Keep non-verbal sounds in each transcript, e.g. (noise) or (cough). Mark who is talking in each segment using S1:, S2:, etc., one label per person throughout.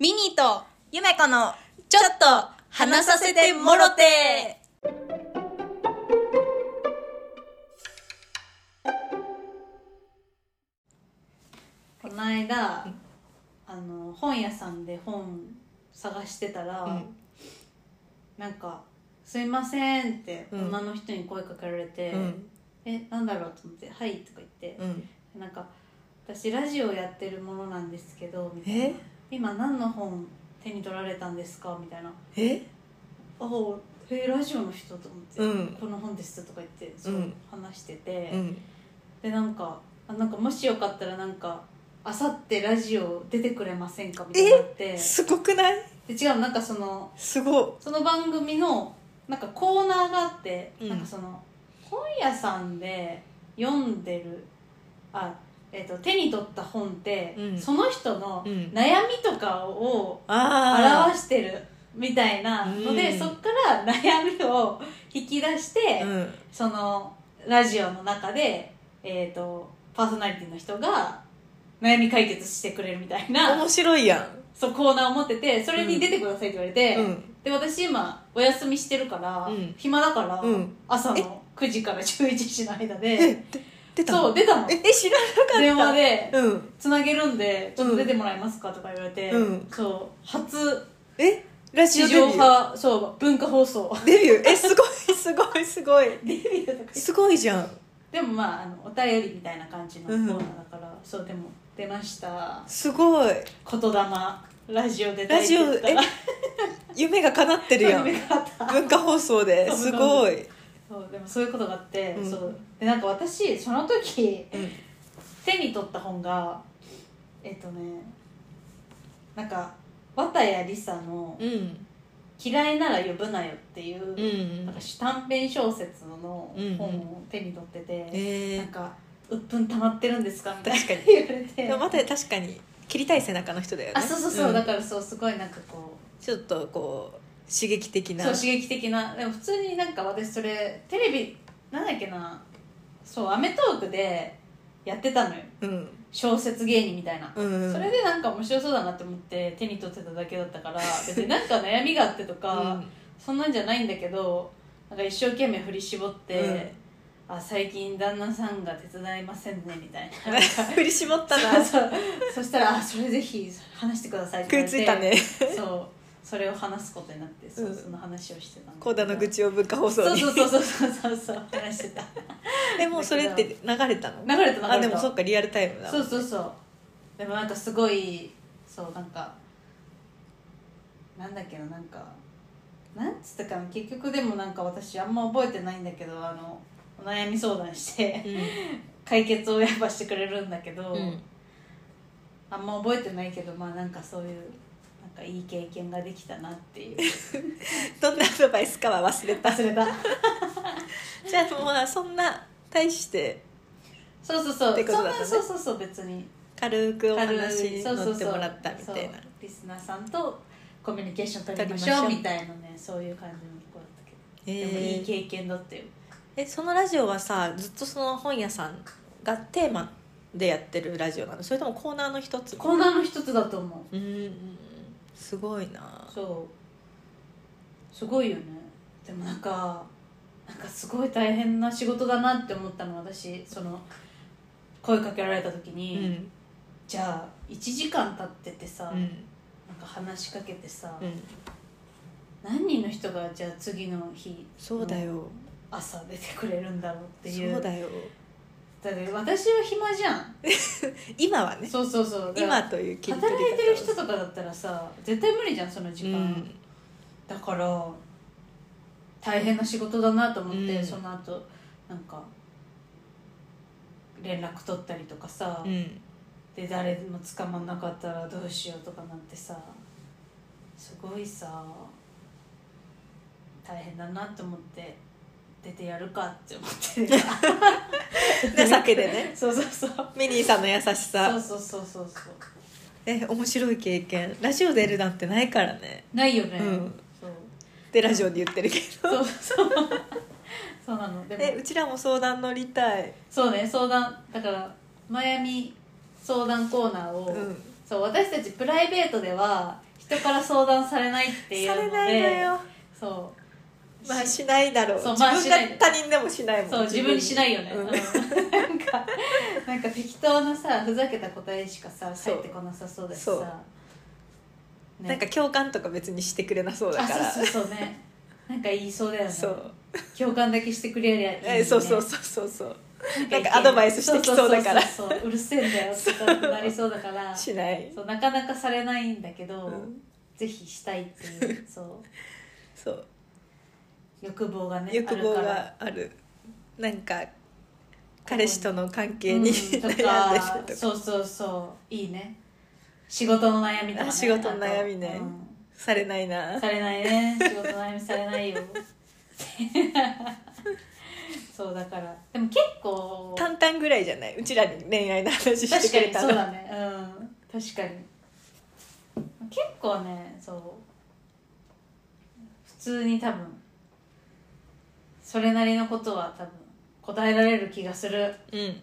S1: ミニーと
S2: ゆめこの
S1: ちょっと話させてもろて
S3: この間あの本屋さんで本探してたら、
S1: うん
S3: なんか「すいません」って
S1: うん
S3: 女の人に声かけられて「
S1: うん
S3: えなんだろう?」と思って「はい」とか言って、
S1: うん
S3: なんか「私ラジオやってるものなんですけど」みたい
S1: え
S3: な「今何の本手に取られたんですか?」みたいな「
S1: え
S3: ああえラジオの人?」と思って「
S1: うん
S3: この本です」とか言ってそう、
S1: うん
S3: 話してて。
S1: うん
S3: でなんかあなんかもしよかったらなんかあさってラジオ出てくれませんかみたいになって
S1: すごくない
S3: で違うなんかその
S1: すご
S3: その番組のなんかコーナーがあって、
S1: うん
S3: なんかその本屋さんで読んでるあえっと手に取った本って、
S1: うん
S3: その人の
S1: うん
S3: 悩みとかを
S1: あ
S3: 表してるみたいなので、
S1: うん
S3: そっから悩みを引き出して、
S1: あうん
S3: そのラジオの中で、えー、とパーソナリティの人が悩み解決してくれるみたいな
S1: (laughs) 面白いや
S3: そうコーナーを持っててそれに出てくださいって言われて、
S1: んうん
S3: で私今お休みしてるから、
S1: うん
S3: 暇だから、
S1: うん
S3: 朝の9時から11時の間
S1: え
S3: で
S1: で出た
S3: そう出たの
S1: ええ知ら
S3: 電
S1: なか
S3: 話
S1: っ
S3: で
S1: たうん
S3: つなげるんでちょっと出てもらえますかとか言われて、
S1: うん
S3: そう初
S1: えラジオ
S3: 地
S1: デビ
S3: 上
S1: ュー
S3: 波そう文化
S1: (laughs)
S3: 放送
S1: デビューえすごいすごいすごい
S3: デビューとか言って
S1: すごいじゃん
S3: でもまああのお便りみたいな感じのコ
S1: う
S3: ー
S1: ん
S3: ナーだから、そうでも出ました
S1: すごい
S3: 言霊ラジオで
S1: ラジオ
S3: 出たい
S1: え
S3: って
S1: 夢が叶ってる
S3: 言
S1: や
S3: った
S1: ん
S3: 夢があった
S1: 文化放送で
S3: そう
S1: すごい、
S3: (laughs) そうでもそういうことがあって、
S1: うん
S3: そうでなんか私その時
S1: うん、
S3: 手に取った本がえっとねなんか綿谷りさの
S1: うん
S3: 「嫌いなら呼ぶなよ」っていう、
S1: うん
S3: なんか短編小説の本を手に取ってて、
S1: え
S3: なんか「うっぷん溜まってるんですか?」みたいな
S1: 確かに
S3: 言われて
S1: ー、でもまた確かに切りたい背中の人だよね
S3: あそうそうそう、
S1: ん
S3: だからそうすごいなんかこ
S1: ちょっとこう刺激的
S3: う
S1: な
S3: そう刺激的なでも普通になんか私それテレビなんだっけなそう『アメトーーク』でやってたのよ
S1: うん
S3: 小説芸人みたいな、
S1: うん
S3: それでなんか面白そうだなって思って手に取ってただけだったから
S1: (laughs)
S3: 別になんか悩みがあってとか、そんなんじゃないんだけどなんか一生懸命振り絞って、あ最近旦那さんが手伝いませんねみたい
S1: (laughs) うん
S3: な
S1: 振り絞ったな
S3: そうそしたらあ「それぜひ話してください」って
S1: 食
S3: 言
S1: い
S3: われ
S1: つ
S3: て
S1: いたね
S3: そうそれを話すことになってそう、
S1: うん
S3: その話をしてたんだけ
S1: 高
S3: ど
S1: 田の愚痴を文化放送
S3: そう
S1: に
S3: そうそうそうそうそうそう話してた
S1: でもうそれって流れたの
S3: 流れた流れた
S1: あでもそっかリアルタイムだ
S3: そうそうそうでもなんかすごいそうなんかなんだっけななんかなんつったかな結局でもなんか私あんま覚えてないんだけどあのお悩み相談して
S1: うん
S3: 解決をやっぱしてくれるんだけど、
S1: うん
S3: あんま覚えてないけどまあなんかそういうなんかいい経験ができたなっていう
S1: どんなアドバイスかは忘れた
S3: 忘れた
S1: じゃあまあそんな大して
S3: そうそうそう。
S1: ってことだったね
S3: そんなそうそうそう別に
S1: 軽くお話
S3: 軽い
S1: に
S3: そう
S1: 乗
S3: そう
S1: って
S3: そう
S1: もらったみたいな
S3: そうリスナーさんとコミュニケーション取りまし
S1: 取
S3: ょ
S1: り
S3: う
S1: ましょう
S3: みたいなねそういう感じの子だったけど。
S1: え
S3: でも
S1: ー
S3: いい経験だったよ。
S1: えそのラジオはさずっとその本屋さんがテーマでやってるラジオなのそれともコーナーの一つ
S3: コーナーの一つだと思
S1: うーんすごいな
S3: う。そう。すごいよね。でもなんかなんかすごい大変な仕事だなって思ったの私その声かけられた時
S1: う
S3: に、
S1: ん
S3: じゃあ1時間経っててさ、
S1: うん
S3: なんか話しかけてさ、
S1: うん
S3: 何人の人がじゃあ次の日
S1: そうだよ
S3: 朝出てくれるんだろうっていう
S1: そうだよ
S3: だって私は暇じゃん、
S1: 今はね
S3: そうそうそうだから
S1: 今という切り取
S3: 働
S1: り
S3: いてる人
S1: 方
S3: とかだったらさ絶対無理じゃんその時間、
S1: うん
S3: だから大変な仕事だなと思って、
S1: うん
S3: その後なんか連絡取ったりとかさ、
S1: うん
S3: で誰も捕まんなかったらどうしようとかなんてさすごいさ大変だなと思って出てやるかって思っ
S1: (laughs)
S3: て
S1: 情けでね
S3: そうそうそう
S1: ミニーさんの優し
S3: そ
S1: さ
S3: うそうそうそうそう
S1: え面白い経験ラジオ出るなんてないからね
S3: ないよね、
S1: うん
S3: そう
S1: でラジオで言ってるけど
S3: そうそう (laughs) そうなので
S1: え
S3: も
S1: うちらも相談乗りたい
S3: そうね相談だから悩み相談コーナーを、
S1: うん
S3: そう私たちプライベートでは人から相談されないってい
S1: さ
S3: うの
S1: れ
S3: で
S1: ないのよ
S3: そう
S1: まあしないだろう
S3: そうまあ
S1: 自
S3: しない
S1: 分が他人でもしないもん
S3: そう自分にしないよね、
S1: う
S3: うん
S1: ん
S3: なんかなんか適当なさふざけた答えしかさ
S1: そ
S3: 返
S1: う
S3: ってこなさそうだし
S1: そう
S3: さ、ね
S1: なんか共感とか別にしてくれなそうだ
S3: あ
S1: か
S3: そう
S1: ら
S3: そうそうねなんか言いそうだよね
S1: そう
S3: 共感だけしてくれりゃいいのにね、
S1: えそうそうそうそうそう
S3: 意見
S1: なんかアドバイスしてきそうだから
S3: そうそうそうそううるせえんだよってなりそうだか
S1: (laughs)
S3: ら
S1: しない
S3: そうなかなかされないんだけど、
S1: うん
S3: ぜひしたいっていうそう
S1: そう
S3: 欲望がね
S1: (laughs) 欲望があるなんか彼氏との関係に (laughs) 悩んでると
S3: か
S1: か
S3: そうそうそういいね仕事の悩みとか、ね、
S1: あ仕事の悩みね
S3: あとうん
S1: されないな
S3: されないね仕事の悩みされない
S1: (laughs)
S3: よそうだからでも結構
S1: 淡々ぐらいじゃないうちらに恋愛の話して
S3: 確か
S1: くれ
S3: に
S1: た
S3: そ
S1: の
S3: うだねうん確かに結構ねそう普通に多分それなりのことは多分答えられる気がする
S1: うん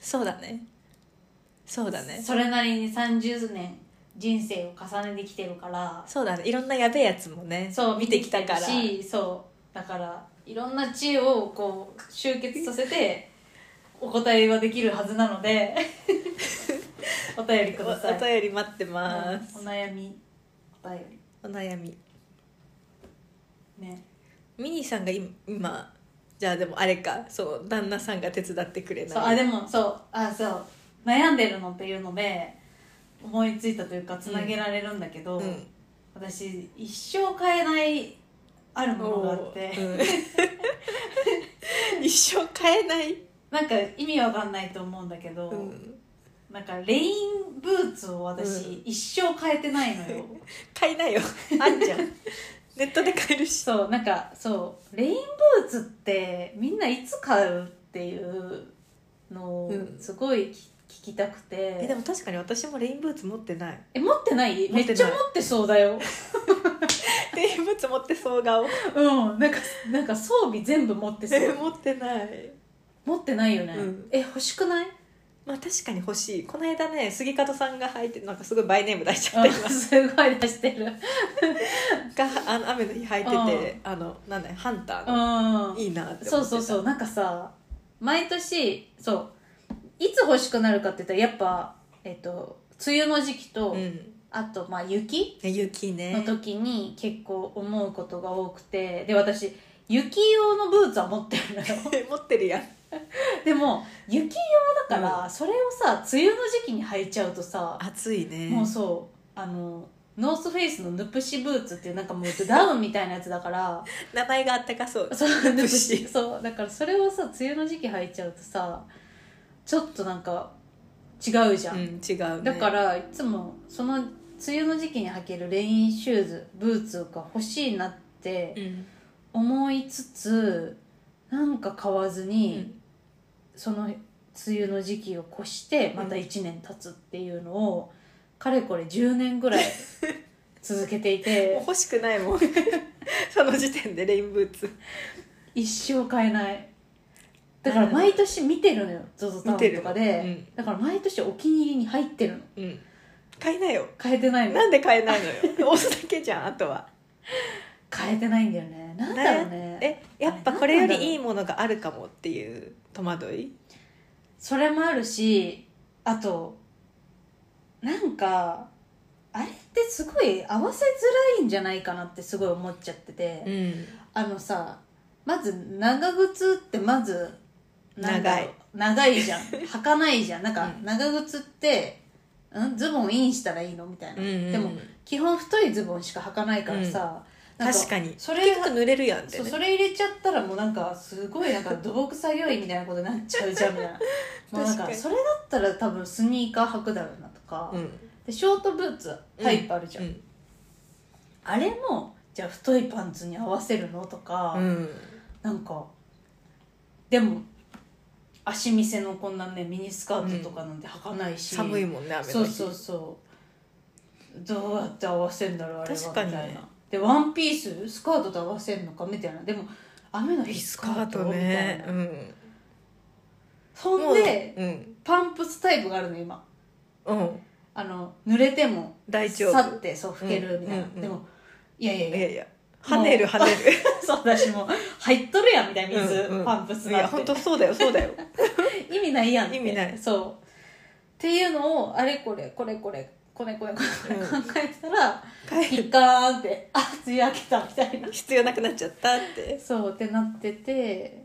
S1: そうだねそうだね
S3: それなりに30年人生を重ねてきてるから
S1: そうだねいろんなやべえやつもね
S3: そう
S1: 見てきたから
S3: しそうだからいろんな知恵をこう集結さ
S1: (laughs)
S3: せてお答えはできるはずなので (laughs) お便りく
S1: お
S3: ださい
S1: お便り待ってま
S3: う
S1: す、
S3: んお悩みお便
S1: お悩み
S3: りね
S1: ミニさんが今今じゃあでもあれかそう旦那さんが手伝ってくれない
S3: そうあでもそうあそう悩んでるのっていうので思いついたというかつなげられるんだけど、
S1: うん
S3: 私一生変えないあるものがあって、
S1: うん (laughs) 一生買えない、
S3: なんか意味わかんないと思うんだけど、
S1: うん、
S3: なんかレインブーツを私、
S1: うん
S3: 一生変えてないのよ
S1: (laughs) 買いなよあんじゃんネットで買えるし
S3: そうなんかそうレインブーツってみんないつ買うっていうのを
S1: うん
S3: すごいき聞きたくて、
S1: えでも確かに私もレインブーツ持ってない
S3: え持ってな
S1: 持っ
S3: い
S1: てない
S3: めっちゃ持ってそうだよ
S1: (laughs) レインブーツ持ってそう顔
S3: うんなんかなんか装備全部持って
S1: (laughs)
S3: そ
S1: え
S3: う
S1: 持ってない
S3: 持ってないよね、
S1: うん
S3: え欲しく (laughs) ない
S1: まあ確かに欲しいこの間ね杉方さんが履いてなんかすごいバイネーム出しちゃっ
S3: あ
S1: て今
S3: すごい出してる
S1: があの雨の日履いててあのなんだよハンターの
S3: うん
S1: いいなって思ってた
S3: そうそうそうなんかさ毎年そういつ欲しくなるかって言ったらやっぱえっと梅雨の時期と、
S1: うん
S3: あとまあ雪
S1: 雪ね
S3: の時に結構思うことが多くてで私雪用のブーツは持ってるの (laughs) よ
S1: (laughs) 持ってるやん
S3: でも雪用だから、それをさ梅雨の時期に履いちゃうとさ、
S1: 暑いね
S3: もうそうあのノースフェイスのヌプシブーツっていうなんかもうダウンみたいなやつ
S1: (laughs)
S3: だから
S1: 名前があったかそう
S3: そう
S1: ヌプシ
S3: そうだからそれをさ梅雨の時期履いちゃうとさちょっとなんか違うじゃ、
S1: うんん違うね
S3: だからいつもその梅雨の時期に履けるレインシューズブーツが欲しいなって
S1: うん
S3: 思いつつなんか買わず
S1: う
S3: に、
S1: ん
S3: その梅雨の時期を越してまた1年経つっていうのを、かれこれ10年ぐらい続けてい
S1: もう (laughs)
S3: て
S1: 欲しくないもんその時点でレインブーツ
S3: 一生買えないだから毎年見てるのよ ZOZO タ
S1: 見
S3: ウン
S1: てる
S3: とかで、だから毎年お気に入りに入ってるの
S1: うん、うん、買いなよ
S3: 変えてないの
S1: なんで買えないの
S3: (laughs)
S1: よ押すだけじゃんあとは
S3: 変えてないんだよねなんだろうね
S1: えやっぱこれよりいいものがあるかもっていう戸惑い
S3: それもあるしあとなんかあれってすごい合わせづらいんじゃないかなってすごい思っちゃってて、
S1: ん
S3: あのさまず長靴ってまずなんだろう長い
S1: (laughs)
S3: じゃん履かないじゃんなんか
S1: うん
S3: 長靴って、ん、ズボンインしたらいいのみたいな、で
S1: で
S3: も基本太いズボンしか履かないからさ、なん
S1: 確かに
S3: それ
S1: 結構濡れるやんって
S3: そう
S1: ね
S3: それ入れちゃったらもうなんかすごいなんか土木作業員みたいなことになっちゃう
S1: (laughs)
S3: じゃんみたいなもうなん
S1: 確か
S3: か
S1: に
S3: それだったら多分スニーカー履くだろうなとか、
S1: うん
S3: でショートブーツタイプあるじゃん、
S1: うん
S3: あれもじゃあ太いパンツに合わせるのとか、
S1: うん
S3: なんかでも足見せのこんなねミニスカートとかなんて履かないし、
S1: 寒いもんね雨の日
S3: そうそうそうどうやって合わせんだろうあれは
S1: 確かに
S3: み
S1: ね
S3: たいなでワンピーススカートと合わせんのかみたいなでも雨の日ス
S1: ス
S3: カ
S1: カ
S3: ー
S1: ー
S3: ト
S1: トね
S3: みた
S1: う
S3: いな、
S1: ん
S3: そんで
S1: うん
S3: パンプスタイプがあるの今
S1: うん
S3: あの濡れても
S1: 大丈夫
S3: 去ってそう拭けるみたいな、
S1: うんうんうん
S3: でもいやいやいや
S1: いやいや跳ねる跳ねる
S3: (laughs) そうだしもう入っとるやんみたいな (laughs) 水、
S1: うんうん
S3: パンプス
S1: い
S3: だ
S1: や
S3: って
S1: 本当そうだよそうだよ
S3: 意味ないやんって
S1: 意味ない
S3: そうっていうのをあれこれこれこれこれこれこれこれ
S1: うん
S3: 考えたら、
S1: 帰
S3: ピ
S1: る
S3: カーンってあ梅雨明けたみたいな
S1: 必要なくなっちゃったって
S3: そうってなってて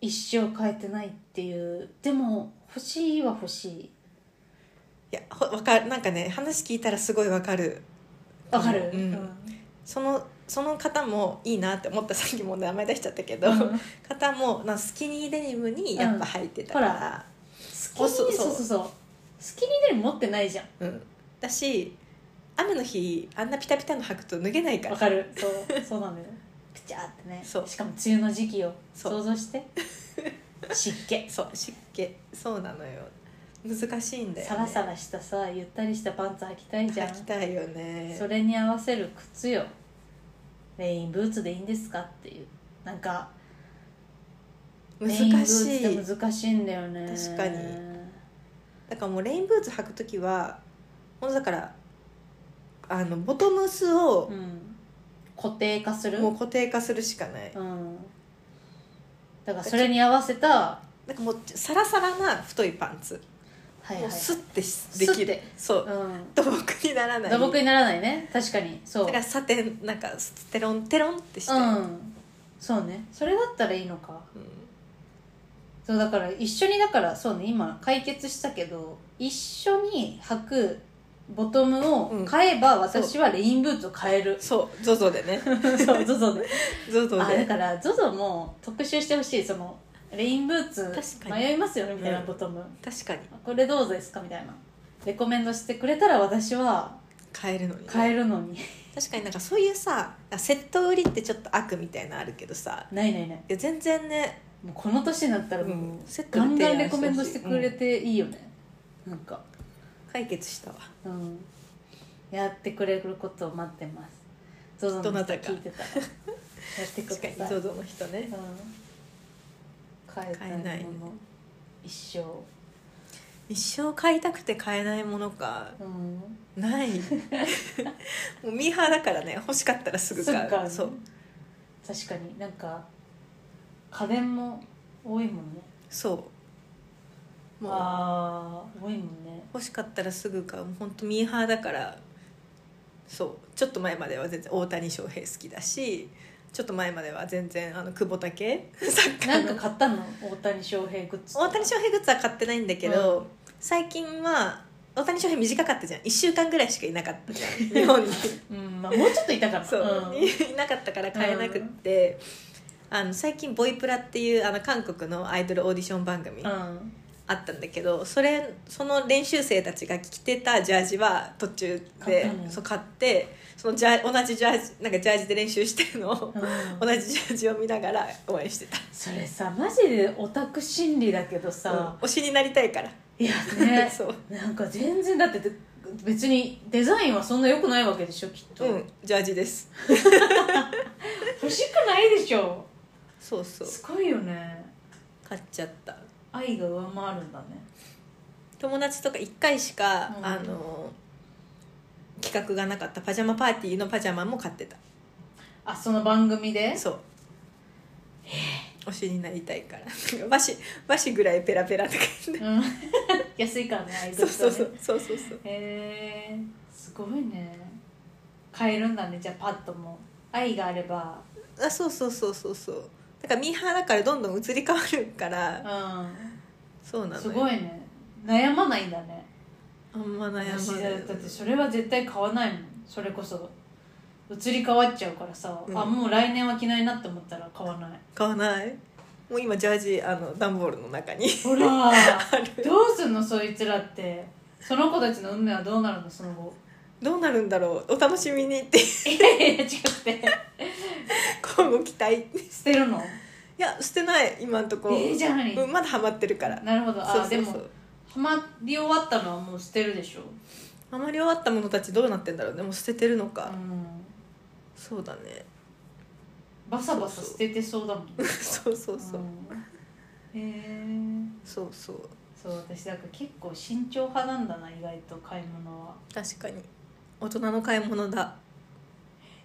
S3: 一生変えてないっていうでも欲しいは欲しい
S1: いやほわかるなんかね話聞いたらすごいわかる
S3: わかる
S1: うんそのその方もいいなって思ったさっきも名前出しちゃったけど、
S3: うん
S1: 方もなんかスキニーデニムにやっぱ入ってたから、
S3: スキニー
S1: そ
S3: そうう
S1: そう
S3: そうそうスキニーデニム持ってないじゃん
S1: うんだし雨の日あんなピタピタの履くと脱げないから
S3: わかるそうそうなんだよピチャーってね
S1: そう
S3: しかも梅雨の時期を
S1: そう
S3: 想像して (laughs) 湿気
S1: そう湿気そうなのよ難しいんだよ、ね、
S3: サラサラしたさゆったりしたパンツ履きたいじゃん
S1: 履きたいよね
S3: それに合わせる靴よレインブーツでいいんですかっていうなんかレインブー
S1: 難
S3: ツ
S1: しい
S3: って難しいんだよね
S1: 確かにだからもうレインブーツ履く時はもうだからあのボトムスを
S3: うん固定化する
S1: もう固定化するしかない、
S3: うんだからそれに合わせたは
S1: なんかもうサラサラな太いパンツ、
S3: いはい
S1: もうスッてし
S3: ス
S1: で
S3: ッて
S1: きるそう
S3: うん
S1: 土木にならない
S3: 打撲にならないね確かにそう
S1: だからサテンなんかテロンテロンってして、
S3: うんそうねそれだったらいいのか
S1: う
S3: そうだから一緒にだからそうね今解決したけど一緒に履くボトムを買えば
S1: そう
S3: 私はレインブーツを買え
S1: (laughs)
S3: る
S1: ん、、そう ZOZO で
S3: (laughs)
S1: ね
S3: そう ZOZO で
S1: ゾ
S3: あだ
S1: で
S3: から ZOZO も特集してほしいそのレインブーツ
S1: 確かに
S3: 迷いますよねみたいな
S1: うん
S3: ボトム、
S1: 確かに
S3: これどうですかみたいなレコメンドしてくれたら私は
S1: 買えるのにね、
S3: 買えるのに (laughs)
S1: 確かになんかそういうさセット売りってちょっと悪みたいなのあるけどさ
S3: ないないない
S1: いや全然ね、
S3: もうこの年になったらもう、
S1: うんセット
S3: ガン
S1: で提案
S3: ガンレコメンドしてくれ
S1: うん
S3: ていいよね、なんか
S1: 解決したわ
S3: うん、やってくれることを待ってます。ゾゾ
S1: ど
S3: の
S1: な
S3: 人
S1: たか
S3: 聞いてたらやってく
S1: 確
S3: ださ
S1: か
S3: い
S1: に。ZOZO の人ね
S3: うん、変えたいも
S1: 変
S3: の
S1: えないね
S3: 一生、
S1: 一生買いたくて買えないものか
S3: うん、
S1: ない
S3: (laughs)
S1: もうミーハーだからね欲しかったらすぐ買う
S3: か
S1: そう
S3: 確かになんか家電も多いもんね
S1: そうもう
S3: ああ多いもんね
S1: 欲しかったらすぐ買うもう本当ミーハーだからそうちょっと前までは全然大谷翔平好きだしちょっと前までは全然あの久保建
S3: (laughs)
S1: 英サッカ
S3: なん
S1: ー
S3: か
S1: の
S3: 買ったの大谷翔平グッズとか
S1: 大谷翔平グッズは買ってないんだけど、
S3: うん
S1: 最近は大谷翔平短かったじゃん1週間ぐらいしかいなかったじゃん日本に
S3: うん、まあ、もうちょっといたから
S1: そう、
S3: ん
S1: いなかったから買えなくって、あの最近ボイプラっていうあの韓国のアイドルオーディション番組
S3: うん、
S1: あったんだけどそれその練習生たちが着てたジャージは途中
S3: 買っ
S1: で
S3: たの
S1: そう買ってそのジャー同じジャージなんかジャージで練習してるのを、
S3: うん
S1: 同じジャージを見ながら応援してた、
S3: それさマジでオタク心理だけどさ、
S1: うん推しになりたいから、
S3: いや
S1: (laughs)
S3: ね
S1: そう、
S3: なんか全然だってで別にデザインはそんな良くないわけでしょきっと、
S1: うん、ジャージです
S3: 欲しくないでしょ
S1: そうそう
S3: すごいよね
S1: 買っちゃった
S3: 愛が上回るんだね
S1: 友達とか1回しか、
S3: うん
S1: あの企画がなかったパジャマパーティーのパジャマも買ってた
S3: あその番組で
S1: そう推しになりたいから (laughs) なんか和紙和紙ぐらいペラペラとか言って
S3: うん (laughs) 安いからねアイド
S1: そう
S3: ルとね
S1: そうそうそうそうそう
S3: へえすごいね買えるんだねじゃあパッとも愛があれば
S1: あそうそうそうそうそうだからミーハーだからどんどん移り変わるから
S3: う
S1: そうなの
S3: ん
S1: よ
S3: すごいね悩まないんだね
S1: あんま悩
S3: 私
S1: まない
S3: だってそれは絶対買わないもんそれこそ移り変わっちゃうからさ、
S1: うん
S3: あもう来年は着ないなって思ったら買わない
S1: 買わないもう今ジャージあの段ボールの中に
S3: ほら
S1: ある
S3: (laughs) どうすんのそいつらってその子たちの運命はどうなるのその後
S1: どうなるんだろうお楽しみにって
S3: いやいや違って
S1: 今後期待い
S3: 捨てるの
S1: や捨てない今んとこ、
S3: えー、じゃあ何、
S1: うん、まだハマってるから
S3: なるほどあ
S1: そうそうそう
S3: でもハマり終わったのはもう捨てるでしょ
S1: あまり終わったものたちどうなってんだろうねもう捨ててるの
S3: う
S1: か、
S3: ん
S1: そうだね (laughs)
S3: バサバサ捨ててそうだもん
S1: そうそうそう、
S3: んへえ
S1: そうそう
S3: そう私だから結構慎重派なんだな意外と買い物は
S1: 確かに大人の買い物だ、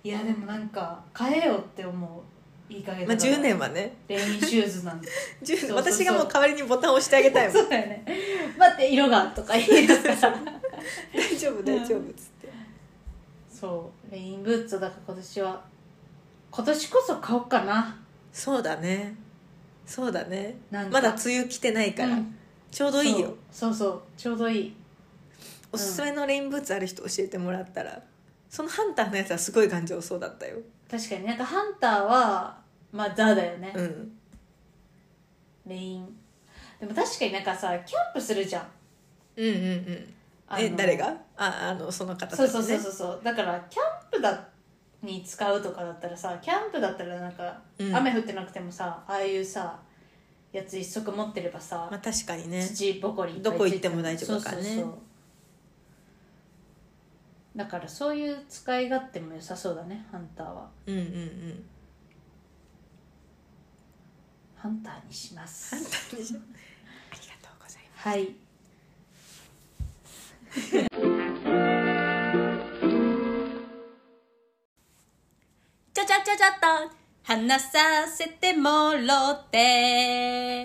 S3: いやでもなんか買えよって思ういい加減
S1: まあ、
S3: だから
S1: 10年はね
S3: レインシューズなんて
S1: 10
S3: そうそう
S1: 私がもう代わりにボタンを押してあげたいもん
S3: そうだよね待って色がとか言いな
S1: (laughs)
S3: がら
S1: 大丈夫大丈夫っつって、
S3: そうレインブーツをだから今年は今年こそ買おうかな
S1: そうだねそうだね
S3: なんか
S1: まだ梅雨来てないから、
S3: うん
S1: ちょうどいいよ
S3: そうそうそうちょうどいい
S1: おすすめのレインブーツある人教えてもらったらそのハンターのやつはすごい頑丈そうだったよ
S3: 確かになんかハンターはまあザだよね、
S1: うん
S3: レインでも確かになんかさキャンプするじゃん
S1: うんうんうん
S3: あ
S1: え
S3: の
S1: 誰がああのその方たち
S3: そ
S1: ね
S3: うそうそうそうそうだからキャンプだに使うとかだったらさキャンプだったらなんか、
S1: うん
S3: 雨降ってなくてもさああいうさやつ一足持ってればさ、
S1: まあ確かにね
S3: 土ぼこりいぱいついて
S1: どこ行っても大丈夫だからね
S3: そうそうそうだからそういう使い勝手も良さそうだねハンターは
S1: うんうんうん
S3: ハンターにします
S1: ハンターでしょありがとうございま
S3: はい。ちゃちゃちゃちゃっと話させてもろて。